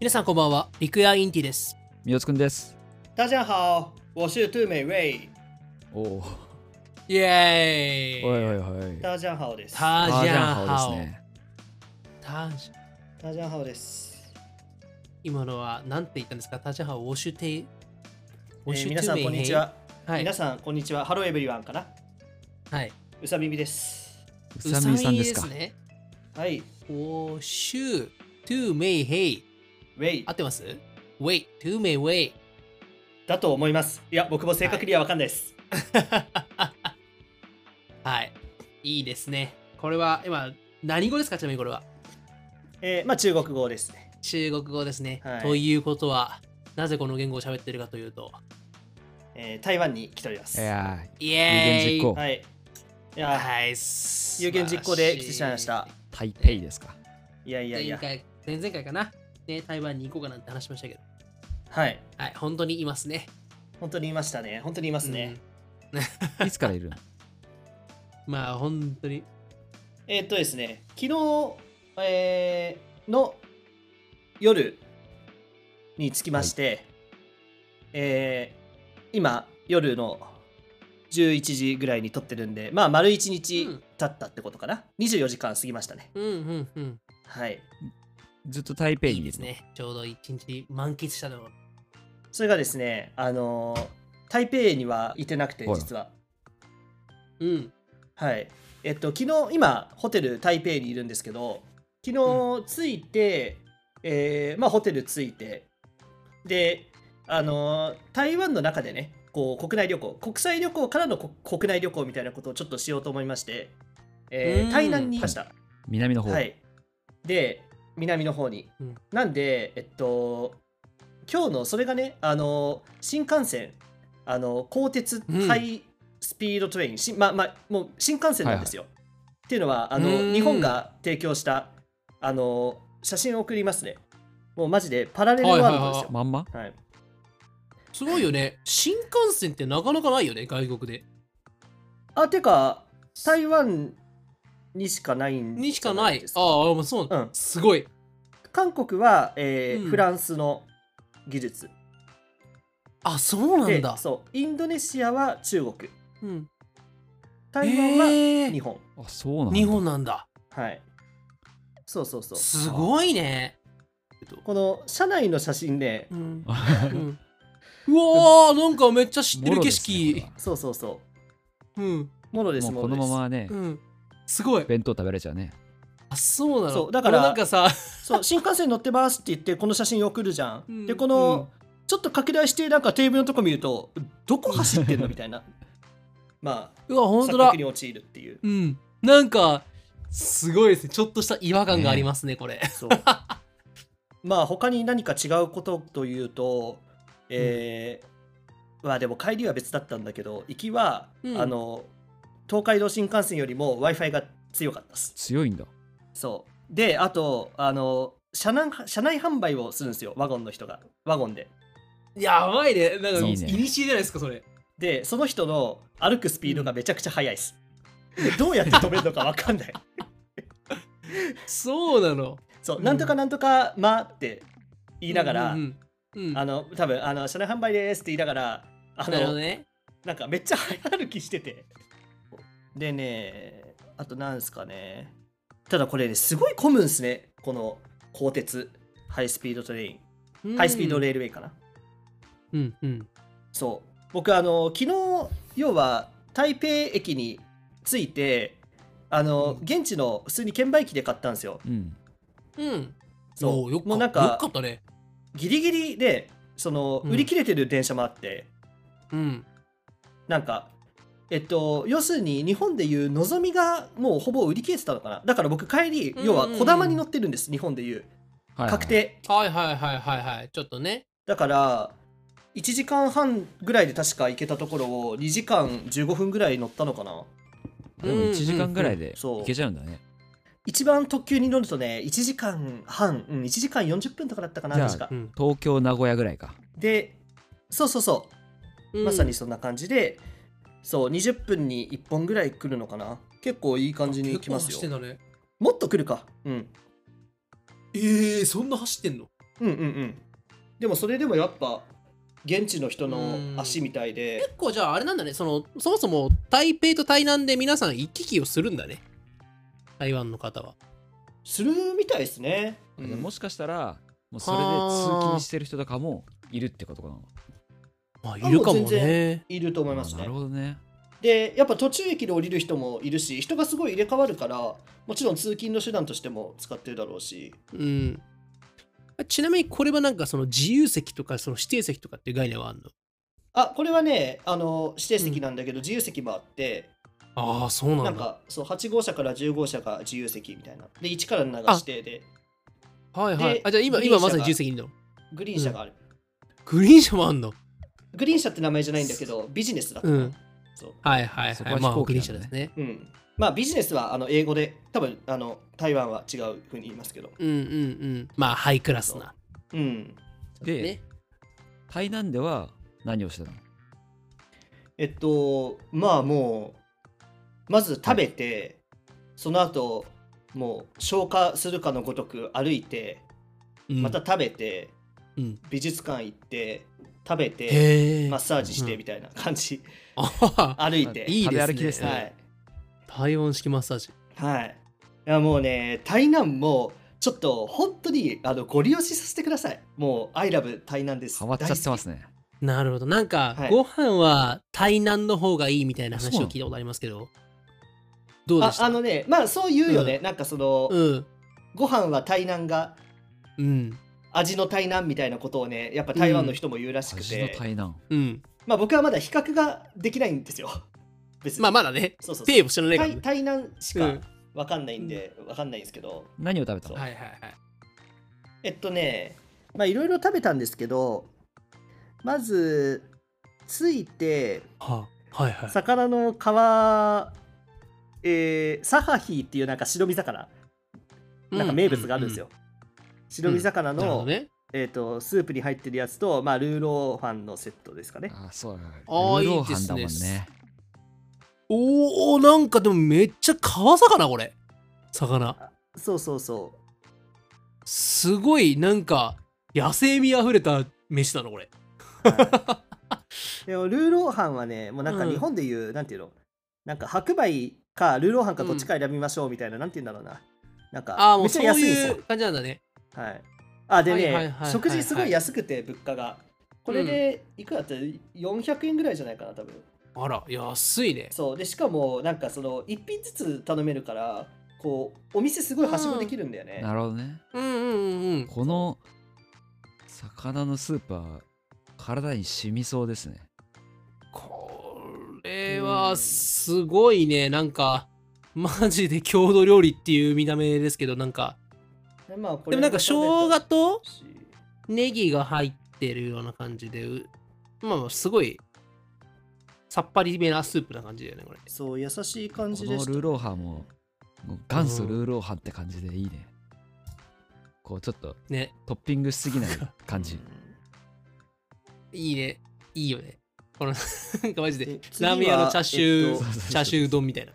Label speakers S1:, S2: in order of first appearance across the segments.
S1: 皆さんこんばんは、リクヤインティです。
S2: みよつくんです。
S3: 大家好，我是杜美味。
S2: お お、
S1: イエ
S2: おい
S1: ーイ
S2: おいおい。
S3: 大家好です。
S1: タ
S2: 麻
S1: ジャ
S2: 雀
S1: ン
S2: ハ
S1: ハ
S2: オ
S1: オ
S2: ですね。
S1: タジャン
S3: 大家好です。
S1: 今のは何て言ったんですかタジャンハオウォシュテイ。ウ
S3: え
S1: ォシ
S3: ー、
S1: ュ
S3: 皆さ
S1: トゥメ
S3: ん
S1: イ
S3: こんにちは。
S1: ヘイ。は
S3: 皆
S1: い。
S3: さんこんにちは。ハローエブリワンかな。
S1: はい。
S3: ウサビビです。
S2: うさみさん
S1: う
S2: ですか。
S1: ね。
S3: はい。
S1: ウォシュトゥメイヘイ。
S3: ウェイ
S1: 合ってますウェイ、トゥメイウェイ。
S3: だと思います。いや、僕も正確にはわかんないです。
S1: はい。いいですね。これは今、何語ですかちなみにこれは。
S3: えー、まあ中国語ですね。
S1: 中国語ですね。
S3: はい
S1: ということは、なぜこの言語を喋ってるかというと、
S3: えー、台湾に来ております。
S2: いや
S1: イ
S2: ー、
S1: エー
S2: 有
S1: イ
S2: 言実行、
S3: はい。いや、
S1: はい。
S3: 有言実行で来てしまいました。。
S2: 台北ですか。
S3: いやいやい
S1: 前
S3: や。
S1: 回、前々回かな。ね、台湾に行こうかなんて話しましたけど。
S3: はい。
S1: はい、本当にいますね。
S3: 本当にいましたね。本当にいま
S1: ます
S3: ね。。
S2: いつからいるの
S1: まあ、本当に。
S3: えー、っとですね、昨日、えー、の夜に着きまして、えー今、夜の11時ぐらいに撮ってるんで、まあ、丸1日
S1: うん
S3: 経ったってことかな。24時間過ぎましたね。
S1: うんうんうん。
S3: はい。
S2: ずっと台北
S1: い
S2: にい
S1: い
S2: る
S1: です
S2: の。
S1: ね。ちょうど一日満喫したの。
S3: それがですね、あのー台北にはいてなくて、
S2: ほら
S3: 実は。
S1: うん。
S3: はい。えっと、昨日、今、ホテル台北にいるんですけど、昨日着いて、えーまあ、ホテル着いて、で、あのー台湾の中でね、こう、国内旅行、国際旅行からのこ国内旅行みたいなことをちょっとしようと思いまして、え
S1: うん
S3: ー台南にいました。
S2: 南の方。
S3: はい。で、南の方に。
S1: うん
S3: なんで、えっと、今日のそれがね、あの新幹線、あの鋼鉄
S1: うん
S3: ハイスピードトレイン、しままもう新幹線なんですよ。っていうのはあの
S1: うん
S3: 日本が提供したあの写真を送りますね。もうマジでパラレルワールドですよ。
S2: まんま
S3: はい
S1: すごいよね。新幹線ってなかなかないよね、外国で。
S3: あ、てか、台湾にしかないん
S1: にし
S3: じゃ
S1: かない
S3: で。す
S1: ああ、もうそうなん
S3: うん
S1: だ。すごい。
S3: 韓国は、えー
S1: うん
S3: フランスの技術。
S1: あ、そうな
S3: で
S1: んだ。
S3: そうインドネシアは中国
S1: うん。
S3: 台湾は
S1: へー
S3: 日本、
S2: あ、そうなの。
S1: 日本なんだ。
S3: はいそうそうそう
S1: すごいね。
S3: この車内の写真ね
S1: うん。う
S2: あ。
S1: んうわー、なんかめっちゃ知ってる景
S2: もろで
S1: 色
S2: すね。
S3: そうそうそ
S1: うん。
S3: うもの
S2: これ
S3: で
S2: はも
S3: す
S2: う
S3: も
S2: この
S3: ので
S2: ますまね
S1: う、ん。すごい。
S2: 弁当食べられちゃうね。
S1: あ、そうなの
S3: そうだから
S1: 俺なんかさ、
S3: そう新幹線乗ってますって言ってこの写真送るじゃん、
S1: うん
S3: でこの、ちょっと拡大してなんかテーブルのとこ見るとどこ走ってんのみたいな まあ
S1: うわ、本当
S3: 錯
S1: だ
S3: 覚に。陥るっていう
S1: うん。なんか、すごいですね。ちょっとした違和感がありますね、 これ。
S3: そうまあ他に何か違うことというとえーまあでも帰りは別だったんだけど行きは、
S1: うん
S3: あの東海道新幹線よりも w i f i が強かったです
S2: 強いんだ。
S3: そうであとあの車内車内販売をするんですよワゴンの人がワゴンで
S1: やばいね。なんか、
S2: い
S1: い
S2: いね
S1: にしえじゃないですか、それ。
S3: でその人の歩くスピードがめちゃくちゃ速いです、でどうやって止めるのか分かんない
S1: そうなの。
S3: そう、
S1: うん
S3: なんとかなんとか「ま」って言いながら、
S1: うんうんうん。
S3: あ
S1: あ
S3: の多分あの車内販売ですって言いながらあ
S1: なるほ
S3: の
S1: どね。
S3: なんかめっちゃ早歩きしてて。でね、あとなんですかね。ただこれね、すごい混むんですね。この鋼鉄、ハイスピードトレイン、
S1: うん
S3: ハイスピードレールウェイかな。
S1: うんうん。
S3: そう。僕、あの、昨日、要は台北駅に着いて、あの、
S1: うん
S3: 現地の普通に券売機で買ったんですよ。
S2: うん。
S1: うん。
S3: そ
S1: お
S3: う。
S1: ーよく
S3: もうなん
S1: よ
S3: か
S1: か、ったね。
S3: ギリギリで、その、
S1: うん
S3: 売り切れてる電車もあって、
S1: うん。
S3: なんか、えっと、要するに日本でいうのぞみがもうほぼ売り切れてたのかなだから僕帰り
S1: うんうん
S3: 要はこだまに乗ってるんです、日本でいう
S2: はいはい
S3: 確。定、
S1: はいはいはいはいはい。ちょっとね。
S3: だから1時間半ぐらいで確か行けたところを2時間15分ぐらい乗ったのかな
S2: でも1時間ぐらいで
S3: そう
S2: 行けちゃうんだね。
S3: 一番特急に乗るとね1時間半、うん、1時間40分とかだったかな
S2: じゃあ
S3: 確か
S1: うん
S2: 東京、名古屋ぐらいか。
S3: でそうそうそう
S1: うん
S3: まさにそんな感じで、そう20分に1本ぐらい来るのかな結構いい感じに来ます
S1: 結構走ってん
S3: よ
S1: だね。
S3: もっと来るかうん
S1: ええ、そんな走ってんの
S3: うんうんうんでもそれでもやっぱ現地の人の足みたいで
S1: 結構じゃああれなんだねそのそもそも台北と台南で皆さん行き来をするんだね台湾の方は
S3: するみたいですね、うん
S2: もしかしたらもうそれで通勤してる人とかもいるってことかな
S1: まあいるかも
S3: もう全
S1: ね
S3: いると思います
S2: あ
S3: ね
S2: なるほどね
S3: でやっぱ途中駅で降りる人もいるし人がすごい入れ替わるからもちろん通勤の手段としても使ってるだろうし
S1: うんちなみにこれはなんかその自由席とかその指定席とかっていう概念はあるの
S3: あこれはねあの指定席なんだけど自由席もあって、
S1: ああそうな
S3: なんん
S1: だ
S3: かそう8号車から10号車が自由席みたいなで1から7が指定で
S1: はいはい
S3: で
S1: あじゃあ今
S3: グリー
S1: 今
S3: ン車が
S1: まさに自由席にいるの
S3: グリーン車がある、
S1: グリーン車もあんの
S3: グリーン車って名前じゃないんだけどビジネスだったかな、
S1: うん
S3: そう
S1: はいはい
S2: そ
S1: は
S2: こ
S1: い
S2: は
S1: まあ
S2: 飛行
S1: グ
S2: 機
S1: リ
S2: な
S1: ーン
S2: ん
S1: 車
S2: だね
S1: ですね
S3: うん、まあビジネスはあの英語で多分あの台湾は違うふうに言いますけど、
S1: うんうんうんまあハイクラスな
S3: うん、
S2: で、
S1: ね
S2: 台南では何をしてたの
S3: えっとまあもうまず食べて、その後もう消化するかのごとく歩いて
S1: うん
S3: また食べて、
S1: うん
S3: 美術館行って食べて
S1: へえ
S3: マッサージし
S1: う
S3: て
S1: ん
S3: みたいな感じ、
S1: あ
S3: 歩いて
S1: いいです
S2: 食べ歩き
S1: ね
S2: です
S3: は
S2: ね
S3: い
S1: 台湾式マッサージ
S3: はいいやもうね台南もちょっと本当にあのご利用しさせてくださいもう「アイラブ台南」です
S2: 変わっちゃってますね
S1: なるほどなんか、
S3: はい
S1: ご飯は台南の方がいいみたいな話を聞いたことありますけどどうで
S3: あ
S1: した
S3: あのねまあそう言うよね、なんかその、
S1: うん
S3: ご飯は台南が
S1: うん
S3: 味の台南みたいなことをねやっぱ台湾の人も言うらしく
S2: 味の
S3: て、
S2: 台南
S1: うん
S3: まあ僕はまだ比較ができないんですよ別に
S1: まあまだね
S3: そうそうそう
S1: ペイも知らないから、
S3: 台
S1: ね、
S3: 台南し
S1: う
S3: か
S1: ん
S3: わかんないんで、わかんないんですけど
S2: 何を食べたの
S1: はいはいはい
S3: えっとねまあいろいろ食べたんですけどまずついて
S1: はあはいはい
S3: 魚の皮えー、サハヒーっていうなんか白身魚なんか名物があるんですよ、、白身魚
S1: うんうんうんなるほ
S3: の、
S1: どね
S3: えー、とスープに入ってるやつと、まあ、ルーローファンのセットですかね。
S2: あそうだね
S1: あー
S2: ルーロー
S1: いいで
S2: ハン
S1: す
S2: だ
S1: ね
S2: もんね
S1: おおなんかでもめっちゃ川魚これ魚
S3: そうそうそ
S1: すごいなんか野生味あふれた飯なのこれ
S3: う。はい、でもルーローハンはね、もうなんか
S1: うん
S3: 日本でいう、なんていうの、なんか白米かルーローハンかどっちか選びましょうみたいな、なんていうんだろうな。なんか
S1: ああもう
S3: めっち
S1: そ
S3: ゃ
S1: う
S3: 安いんです
S1: い
S3: よ
S1: う。感じなんだね
S3: はい、あでね、
S1: はいはいはいはいはい
S3: 食事すごい安くて、物価が。これでいくらだったら400円ぐらいじゃないかな、多分。
S1: あら安いね
S3: そうでしかも、なんかその1品ずつ頼めるから、こうお店すごいはしごできるんだよね。
S2: なるほどね
S1: うんうんうんうん
S2: この魚のスープは体に染みそうですね
S1: これはすごいねなんかマジで郷土料理っていう見た目ですけどなんか
S3: でまあ、こ
S1: で
S3: れ
S1: もなんか生姜と
S3: し
S1: ネギが入ってるような感じでうまあまあすごいさっぱりめなスープな感じだよねこれ
S3: そう優しい感
S2: こ
S3: じで
S2: の
S3: した
S2: ルーローハンももう元祖ルーローハンって感じでいいねこうちょっと
S1: ね
S2: トッピングしすぎない感じ
S1: いいねいいよねこのなんかマジで
S3: で
S1: ラーメン屋のチャーシュ
S3: えっ
S1: ー、
S3: と
S1: チャーシュー丼みたいな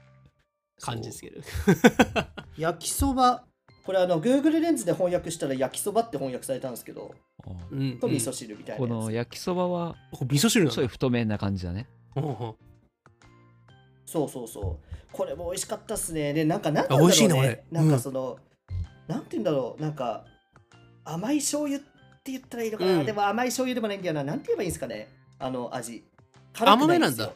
S1: 感じですけど
S3: そう焼きそばこれあの Google レンズで翻訳したら焼きそばって翻訳されたんですけど
S2: おう
S1: うん、うん、
S3: と味噌汁みたい
S2: こ
S3: なやつ、
S2: の焼きそばは
S1: これ味噌汁なん
S2: ちょい
S1: だ
S2: 太麺な感じだね
S1: ほうほう
S3: そうそうそうこれも美味しかったっすねでなんかなん
S1: あ
S3: なんだ
S1: 美
S3: ろ
S1: 味しいうな
S3: ね
S1: これ
S3: な
S1: うん
S3: んかその、なんて言うんだろうなんか甘い醤油って言ったらいいのかな、
S1: うん
S3: でも甘い醤油でもないんだよななんて言えばいいんですかねあの味
S1: 甘めなんだ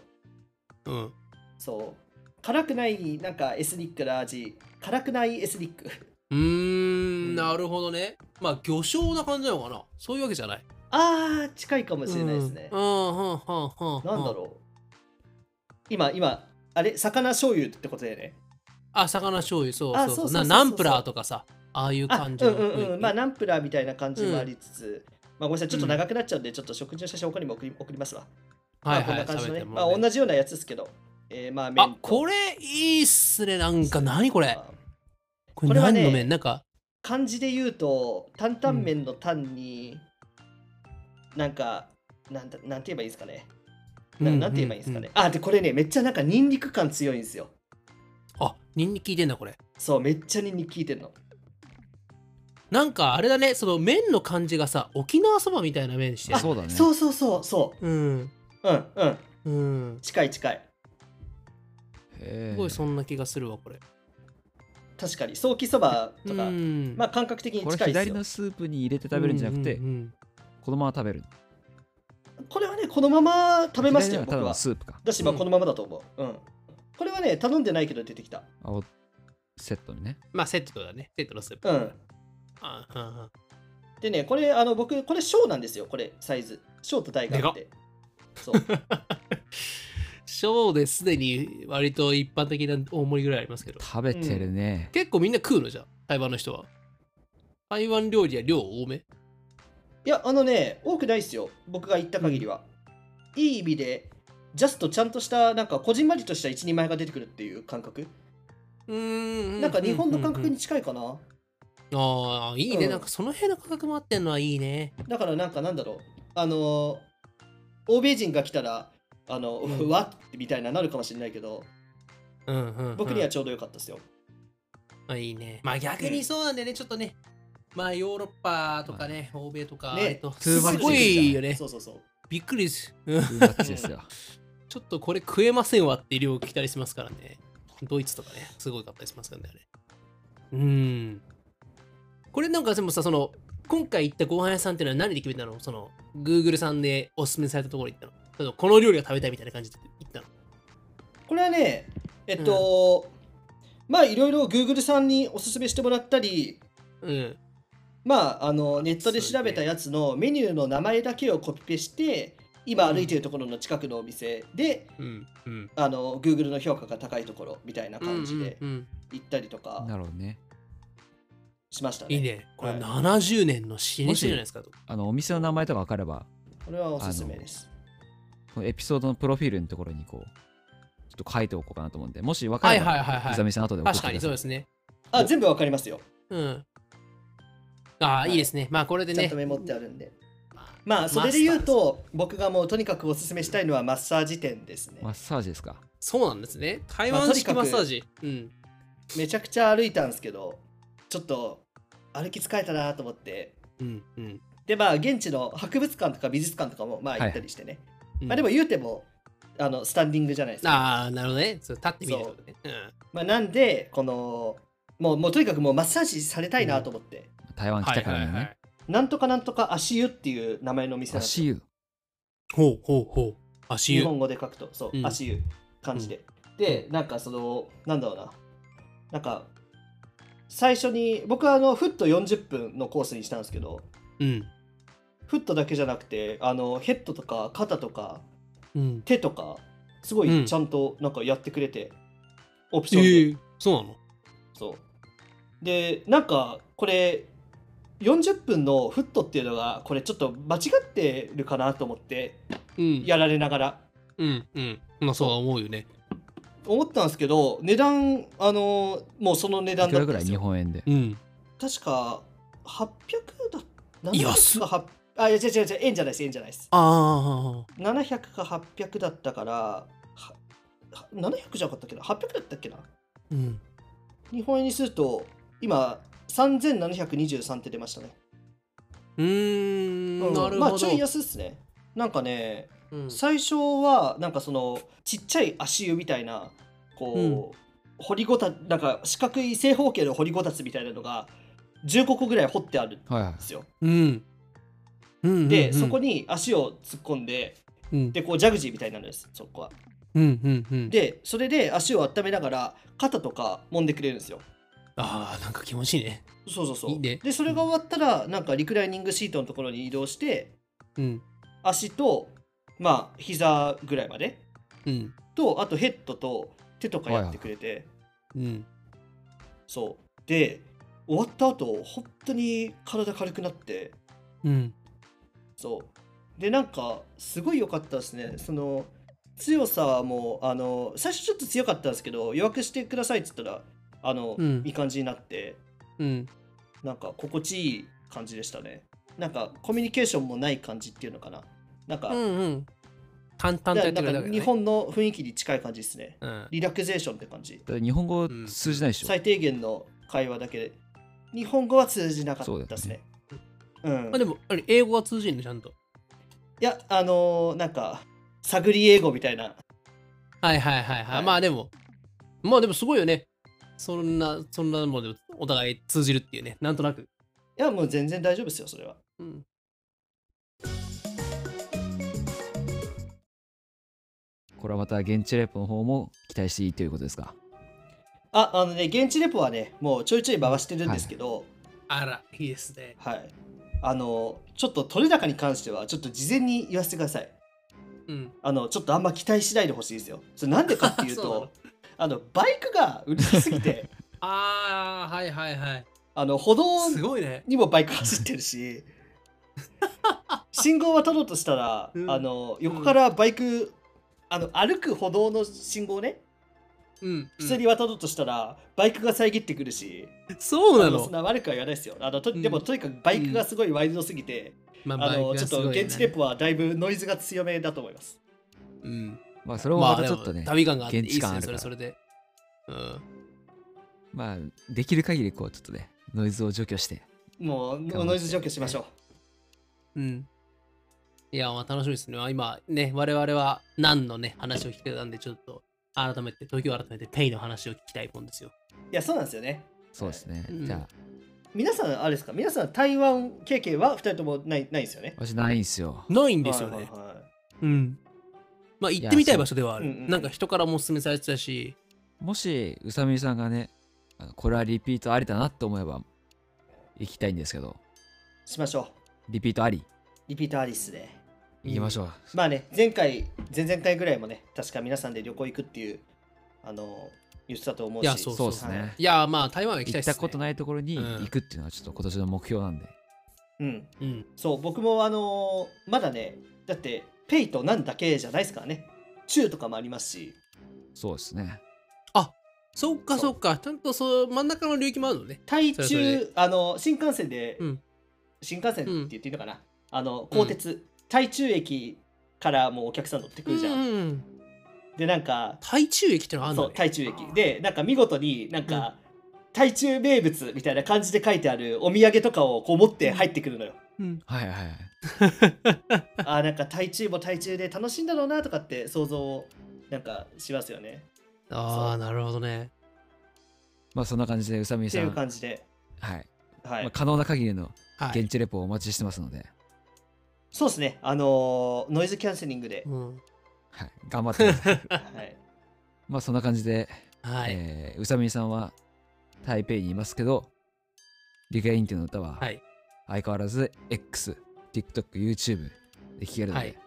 S3: 辛くいですよ
S1: うん
S3: そう辛くないなんかエスニックな味辛くないエスニック
S1: うーんなるほどねまあ魚醤な感じなのかなそういうわけじゃない
S3: あー近いかもしれないですね、
S1: うんうんうんうんうん
S3: なんだろう今今あれ魚醤油ってことだよね
S1: あ魚醤油そう
S3: あ
S1: そう
S3: そうそ
S1: な
S3: うそうそう
S1: ナンプラーとかさああいう
S3: あう
S1: 感
S3: ん
S1: じの
S3: うんうんまあ
S1: うん
S3: ナンプラーみたいな感じもありつつ、まあごめんなさいちょっと長くなっちゃうんで、ちょっと食事の写真他にも送り送りますわ、
S1: はい
S3: まあ
S1: はい
S3: こんな感じのね
S1: 喋っても
S3: ま
S1: らう
S3: あ
S1: ね
S3: 同じようなやつですけど、えーまあ麺と
S1: あこれいいっすねなんか何これこ
S3: こ
S1: れ
S3: れは
S1: 何
S3: ね
S1: の麺なんか
S3: 漢字で言うと担々麺の単に、なんかなんだなんて言えばいいんですかねな
S1: うん
S3: なんて言えばいいんですか
S1: うん
S3: ね、あでこれねめっちゃなんかニンニク感強いんですよ
S1: あニンニク効いてんだこれ
S3: そうめっちゃニンニク効いてるの
S1: なんかあれだねその麺の感じがさ沖縄そばみたいな麺してる
S2: そうだね
S3: そうそうそうそ
S1: うん
S3: ううんうん
S1: うん
S3: 近い近い
S2: へ
S1: す
S2: ー
S1: ごいそんな気がするわこれ
S3: 確かにソーキそばとか、
S1: うん
S3: まあ感覚的に
S2: これ
S3: 近いです
S2: 左
S3: よ
S2: のスープに入れて食べるんじゃなくて、
S1: うんうん
S2: このまま食べる
S3: これはねこのまま食べましたよ
S2: 左のはた
S3: 僕
S2: だの
S3: は
S2: スープか
S3: だしまあこのままだと思ううん、これはね頼んでないけど出てきた
S2: あおセットにね
S1: まあセットだねセットのスープ
S3: うん
S1: ああ
S3: でねこれあの僕これ小なんですよこれサイズ小と大があってそう
S1: ショーですでに割と一般的な大盛りぐらいありますけど
S2: 食べてるね、
S1: 結構みんな食うのじゃん台湾の人は台湾料理は量多め
S3: いやあのね多くないですよ僕が行った限りは、いい意味でジャストちゃんとしたなんかこじんまりとした一人前が出てくるっていう感覚
S1: うーん
S3: なんか日本の感覚
S1: うんうん
S3: に近いかな
S1: うんああいいね、
S3: うん
S1: なんかその辺の価格もあってんのはいいね
S3: だからなんかなんだろうあのー欧米人が来たらあの、
S1: うん
S3: うわっみたいななるかもしれないけど
S1: うんうん、うん、
S3: 僕にはちょうど良かったですよ、
S1: まあいいね。まあ逆にそうなんだよね、ちょっとね。まあヨーロッパとかね、欧米とか、
S3: ね
S1: えっと
S2: ツー
S1: す
S2: バッチ
S1: ごいよね。
S3: そうそうそう
S1: びっくりです。うん
S2: うまっちですよ
S1: ちょっとこれ食えませんわって量来たりしますからね。ドイツとかね、すごいかったりしますからね。あれうん。これなんかでもさ、その、今回行ったご飯屋さんっていうのは何で決めたのその、Google さんでおすすめされたところに行ったのそのこの料理が食べたいみたいな感じで行ったの
S3: これはねえっと、まあいろいろ Google さんにおすすめしてもらったり
S1: うん。
S3: まあ、あのネットで調べたやつのメニューの名前だけをコピペして今歩いてるところの近くのお店で、
S1: うん。うん。
S3: あの Google の評価が高いところみたいな感じで
S1: うんうんうん
S3: 行ったりとか
S2: なるほどね
S3: しましたね。
S1: いいね。これ
S3: はい
S1: 70年の老舗じゃないですか。
S2: あのお店の名前とか分かれば
S3: これはおすすめです。
S2: このエピソードのプロフィールのところにこうちょっと書いておこうかなと思うんでもし分か
S1: は
S2: れ
S1: い
S2: ば、
S1: はいはい
S2: い
S1: はい。
S2: ざみさん後で送っ
S1: 確
S2: てくださ
S1: か
S2: い
S1: にそうですね。
S3: あ全部わかりますよ。
S1: うん。ああ、
S3: い
S1: い、いですね。まあこれで
S3: ちゃん
S1: ね
S3: と。メモってあるんで。
S1: まあ
S3: まあそれで言うと僕がもうとにかくおすすめしたいのはマッサージ店ですね。
S2: マッサージですか
S1: そうなんですね。台
S3: まあ
S1: 湾
S3: とにか
S1: 式
S3: く
S1: マッサージ。うん。
S3: めちゃくちゃ歩いたんですけどちょっと歩き疲れたなと思って
S1: うん。うん。
S3: でまあ現地の博物館とか美術館とかもま
S2: は
S3: あ
S2: い
S3: 行ったりしてね。
S1: うん
S3: まあでも、言うてもあのスタンディングじゃないですか。
S1: ああ、なるほどね。そう立ってみるとね。
S3: まあ、なんでこのもうもうとにかくもうマッサージされたいなと思って、
S2: 台
S1: う
S2: 湾
S1: ん。
S2: 来たからにはね、
S1: はい。
S3: なんとかなんとか足湯っていう名前のお店なんです
S2: 足
S3: よ
S2: 湯
S1: ほうほうほう。足
S3: 日
S1: 湯。
S3: 本語で書くとそう、
S1: うん
S3: 足湯漢字で、でなんかそのなんだろうななんか最初に僕はあのフット40分のコースにしたんですけど
S1: うん。
S3: フットだけじゃなくてあのヘッドとか肩とか
S1: うん。
S3: 手とかすご
S1: うん
S3: いちゃんとなんかやってくれて、オプシ
S1: え
S3: ョンで、
S1: ー、そうなの
S3: そう。で、なんか、これ、40分のフットっていうのが、これちょっと間違ってるかなと思って、
S1: うん。
S3: やられながら。
S1: うん。うん。まあそうは思うよね。
S3: 思ったんですけど、値段、あの、もうその値段
S2: いく
S3: だ
S2: ら
S3: った
S2: ぐ
S3: ん
S2: ら
S3: で
S2: い
S3: す
S2: 日
S3: よ。
S2: 本円で
S1: うん。
S3: 確か、800だ、
S1: 安
S3: 700
S1: っ
S3: か800あ、いや違う違う違う、円じゃないです、円じゃないです。
S1: ああ。
S3: 700か800だったから、はは700じゃなかったっけな ?800 だったっけな
S1: うん。
S3: 日本円にすると、今、3723って出ましたね。
S1: うーん。
S3: うん
S1: なるほど。
S3: まあちょい安っすねなんかね、
S1: うん
S3: 最初はなんかそのちっちゃい足湯みたいなこう、掘りごたなんか四角い正方形の掘りごたつみたいなのが15個ぐらい掘ってあるん
S2: はいはい
S3: ですよ、
S1: うん。うん。
S3: で、
S1: うん
S3: そこ。に足を突っ込んで
S1: うん。
S3: でこうジャグジーみたいになるんですそこは
S1: うん。うん。うん。
S3: でそれで足を温めながら肩とか揉んでくれるんですよ
S1: ああ、なんか気持ちいいね。
S3: そうそうそう
S1: いいね
S3: でそれが終わったらなんかリクライニングシートのところに移動して
S1: うん。
S3: 足とまあ膝ぐらいまで
S1: うん。
S3: とあとヘッドと手とかやってくれて、
S1: うん。
S3: そうで終わった後本当に体軽くなって
S1: うん。
S3: そうでなんかすごい良かったですねその強さはもうあの最初ちょっと強かったんですけど予約してくださいっつったらあの、
S1: うん
S3: いい感じになって
S1: うん。
S3: なんか心地いい感じでしたねなんかコミュニケーションもない感じっていうのかななんか,、
S1: うんうん。淡々とやって
S3: な
S1: くれる
S3: な
S1: わけだ、ね、
S3: んか日本の雰囲気に近い感じですね
S1: うん、
S3: リラクゼーションって感じ
S2: だって日本語通じないでしょ、
S3: 最低限の会話だけ日本語は通じなかったですね。うん
S1: あ、でも、あれ、英語は通じんの、ちゃんと。
S3: いや、あのーなんか、探り英語みたいな。
S1: はいはいはいはい。
S3: はい
S1: まあでも、まあでもすごいよね。そんな、そんなもんでもお互い通じるっていうね、なんとなく。
S3: いや、もう全然大丈夫ですよ、それは。
S1: うん。
S2: これはまた現地レポの方も期待していいということですか
S3: あ、あのね、現地レポはね、もうちょいちょい回してるんですけど、
S1: あら、いいですね。
S3: はい。あのーちょっと取れ高に関しては、ちょっと事前に言わせてください。
S1: うん。
S3: あの、ちょっとあんま期待しないでほしいですよ。それなんでかっていう
S1: そうなの
S3: と、あの、バイクがうるさすぎて、
S1: ああ、はいはいはい。
S3: あの、歩道
S1: すごいね。
S3: にもバイク走ってるし信号渡ろうとしたら、
S1: うん
S3: あの横からバイク、あの歩く歩道の信号ね
S1: うん。
S3: 普通に渡ろうとしたら、バイクが遮ってくるし
S1: うんそう
S3: あ
S1: な
S3: のそん
S1: の。
S3: な悪くは言わないですよあのと
S1: うん
S3: でもとにかくバイクがすごいワイルドすぎて、
S1: ま
S3: あのちょっと現地レ
S1: プ。
S3: ポはだいぶノイズが強めだと思います
S1: うん。
S2: まあそれも
S1: ま
S2: ま
S1: あ
S2: た
S1: で
S2: ちょ
S1: も
S2: っとね、
S1: 旅感があっていい
S2: 現
S1: です
S2: 地感
S1: ね、
S2: ある
S1: そ
S2: か
S1: れ
S2: ら
S1: それで。うん。
S2: まあできる限りこうちょっとね、ノイズを除去して。
S3: もう
S2: 張って
S3: ノイズ除去しましょう
S1: うん。いや、まあ楽しみですね。まあ今ね、我々は何のね、話を聞けたんで、ちょっと改めて、東京改めてペイの話を聞きたいもんですよ。
S3: いやそうなんですよね
S2: そうですね。
S1: うん
S2: じゃあ、
S3: 皆さんあれですか皆さん台湾経験は2人ともないないですよね
S2: 私ないんすよ。
S1: ないんですよね。
S3: はいはいはい
S1: うん。まあ行ってみたい場所ではある。
S3: いやそううんうん
S1: なんか人からもおすすめされてたし、
S2: もし、宇佐美さんがね、あのこれはリピートありだなって思えば、行きたいんですけど、
S3: しましょう
S2: リピートあり
S3: リピートアリスで
S2: 行きましょう。
S3: まあね、前回、前々回ぐらいもね、確か皆さんで旅行行くっていう、あの、言ってたと思うし、
S1: いやそう
S2: そうです
S3: はい
S2: ね。
S1: いや、まあ台湾は行きたい
S2: 行
S1: っ
S2: っ
S1: す、ね。。
S2: たことないいところに
S1: うん
S2: 行くっていうのはちょっと今年の目標なんで。
S3: うん、
S1: うん。
S3: そう、僕もあの、まだね、だって、ペイとなんだけじゃないですからね、中とかもありますし、
S2: そうですね。
S1: そっかそっか。ちゃんとそう真ん中の領域もあるのね。
S3: 対
S1: それそれ
S3: 中、あの、新幹線で、
S1: うん
S3: 新幹線って言っていいのかな、あの、鋼鉄、台中駅からもうお客さん乗ってくるじゃん。
S1: うん。
S3: で、なんか、
S1: 台中駅ってのがある
S3: そ
S1: の
S3: う
S1: ね。
S3: 台中駅でなんか見事になんか、台中名物みたいな感じで書いてあるお土産とかをこう持って入ってくるのよ。
S1: うん。
S2: はいはいはい。
S3: あーなんか台中も台中で楽しいんだろうなとかって想像をなんかしますよね。
S1: ああ、なるほどね。
S2: まあそんな感じで、宇佐美
S3: って
S2: さ
S3: い
S2: ん、
S3: う
S2: はい。
S3: 感じで、はい
S2: まあ可能な限りの
S1: はい。
S2: 現地レポをお待ちしてますので、
S3: そうですねあのーノイズキャンセリングで、
S1: うん、
S2: はい、頑張ってください。
S3: はい、
S2: まあそんな感じで、
S1: はい。
S2: えー宇佐美さんは台北にいますけど、リカインティの歌は
S1: はい。
S2: 相変わらず X、TikTok、YouTube で聴けるので、
S1: はい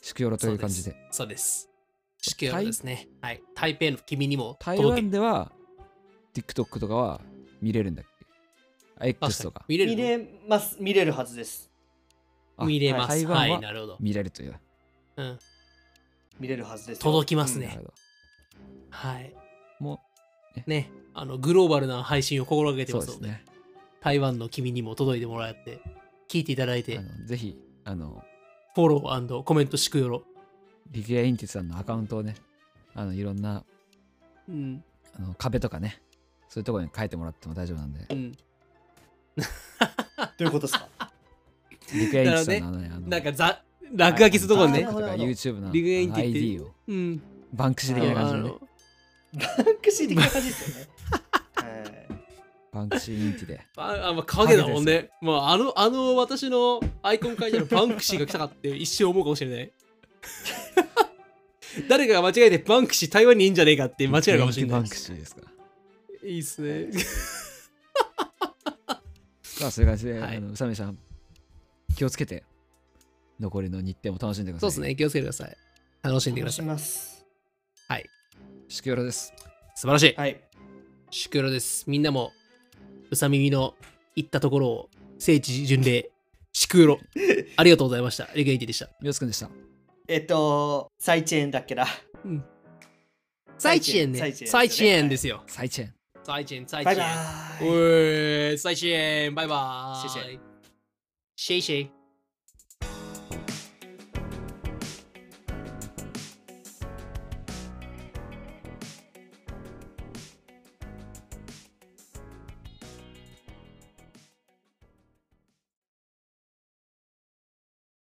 S2: 祝よろという感じで。
S1: そうです。四季はですね。はい。台北の君にも
S2: 台
S1: 届
S2: 湾
S1: け。
S2: では TikTok とかは見れるんだっけあ ?X と
S1: 確か
S2: か
S1: に見れ
S3: 見
S1: る
S3: れます見れるはずです
S1: の
S2: あ
S1: 見れま
S2: は
S1: す。
S2: い台
S1: は
S2: 湾
S1: い。
S2: は
S1: なるほど。
S2: 見れるという。
S1: うん。
S3: 見れるはずですよ
S1: 届きます
S2: なる
S1: ね。
S2: ほど
S1: はい。
S2: も
S1: ね。あの、グローバルな配信を心がけ
S2: う
S1: て
S2: そ
S1: ま
S2: う
S1: す
S2: で
S1: の
S2: す
S1: で。
S2: ね。
S1: 台湾の君にも届いてもらって、聞いていただいて
S2: あ、のぜひ、あの、
S1: フォローコメントしくよろ。
S2: リゲインティさんのアカウントをね、あのいろんな
S1: うん。
S2: あの壁とかね、そういうところに書いてもらっても大丈夫なんで、
S1: うん。
S3: どういうことです か
S2: リゲインティさんのあのね、あの
S1: なんか、ざ、落書きするとこね
S2: あ。の TikTok とか YouTube の
S1: リゲイン
S2: あ
S1: テ
S2: の
S1: ィって
S2: ID を
S1: うん。
S2: バンクシー的な感じの
S1: あ
S2: ね
S1: の、
S3: バンクシー的な感じですよね、はい
S2: バンクシーインティで。
S1: ああまあ、影だもんね。まあ、あの、あの、私のアイコン書いてあるバンクシーが来たかって一瞬思うかもしれない。 誰かが間違えてバンクシー台湾にいいんじゃねえかって間違えるかもしれな
S2: バ
S1: い
S2: ン。クシーですか。
S1: いいっすね。
S2: まあ、そういう感じで、
S1: はい
S2: あの宇佐美さん、気をつけて、残りの日程も楽しんでくだ
S1: そ
S2: さ
S1: う
S2: い。
S1: ですね。気をつけてください。楽しんでくだ
S3: 楽
S1: さ
S3: し
S1: い。
S3: みます
S2: 宿よろです。
S1: 素晴らしい。
S3: はい
S1: 宿ロです。みんなも、うさ耳の行ったところを聖地巡礼、宿 ロ。ありがとうございました。レゲエイティでした。
S2: みよすくんでした。
S3: えっと再チェーンだっけな
S1: サイチエンね。
S3: サイチエン
S1: サイチエンですよ。
S2: 再チェン。
S1: サイチエン、サイチ
S3: バ
S1: エ
S3: イ
S1: ン。
S3: バーイ
S1: おい、サイチエン、バイバーイ。
S3: シェイシェ
S1: シェイシェイ。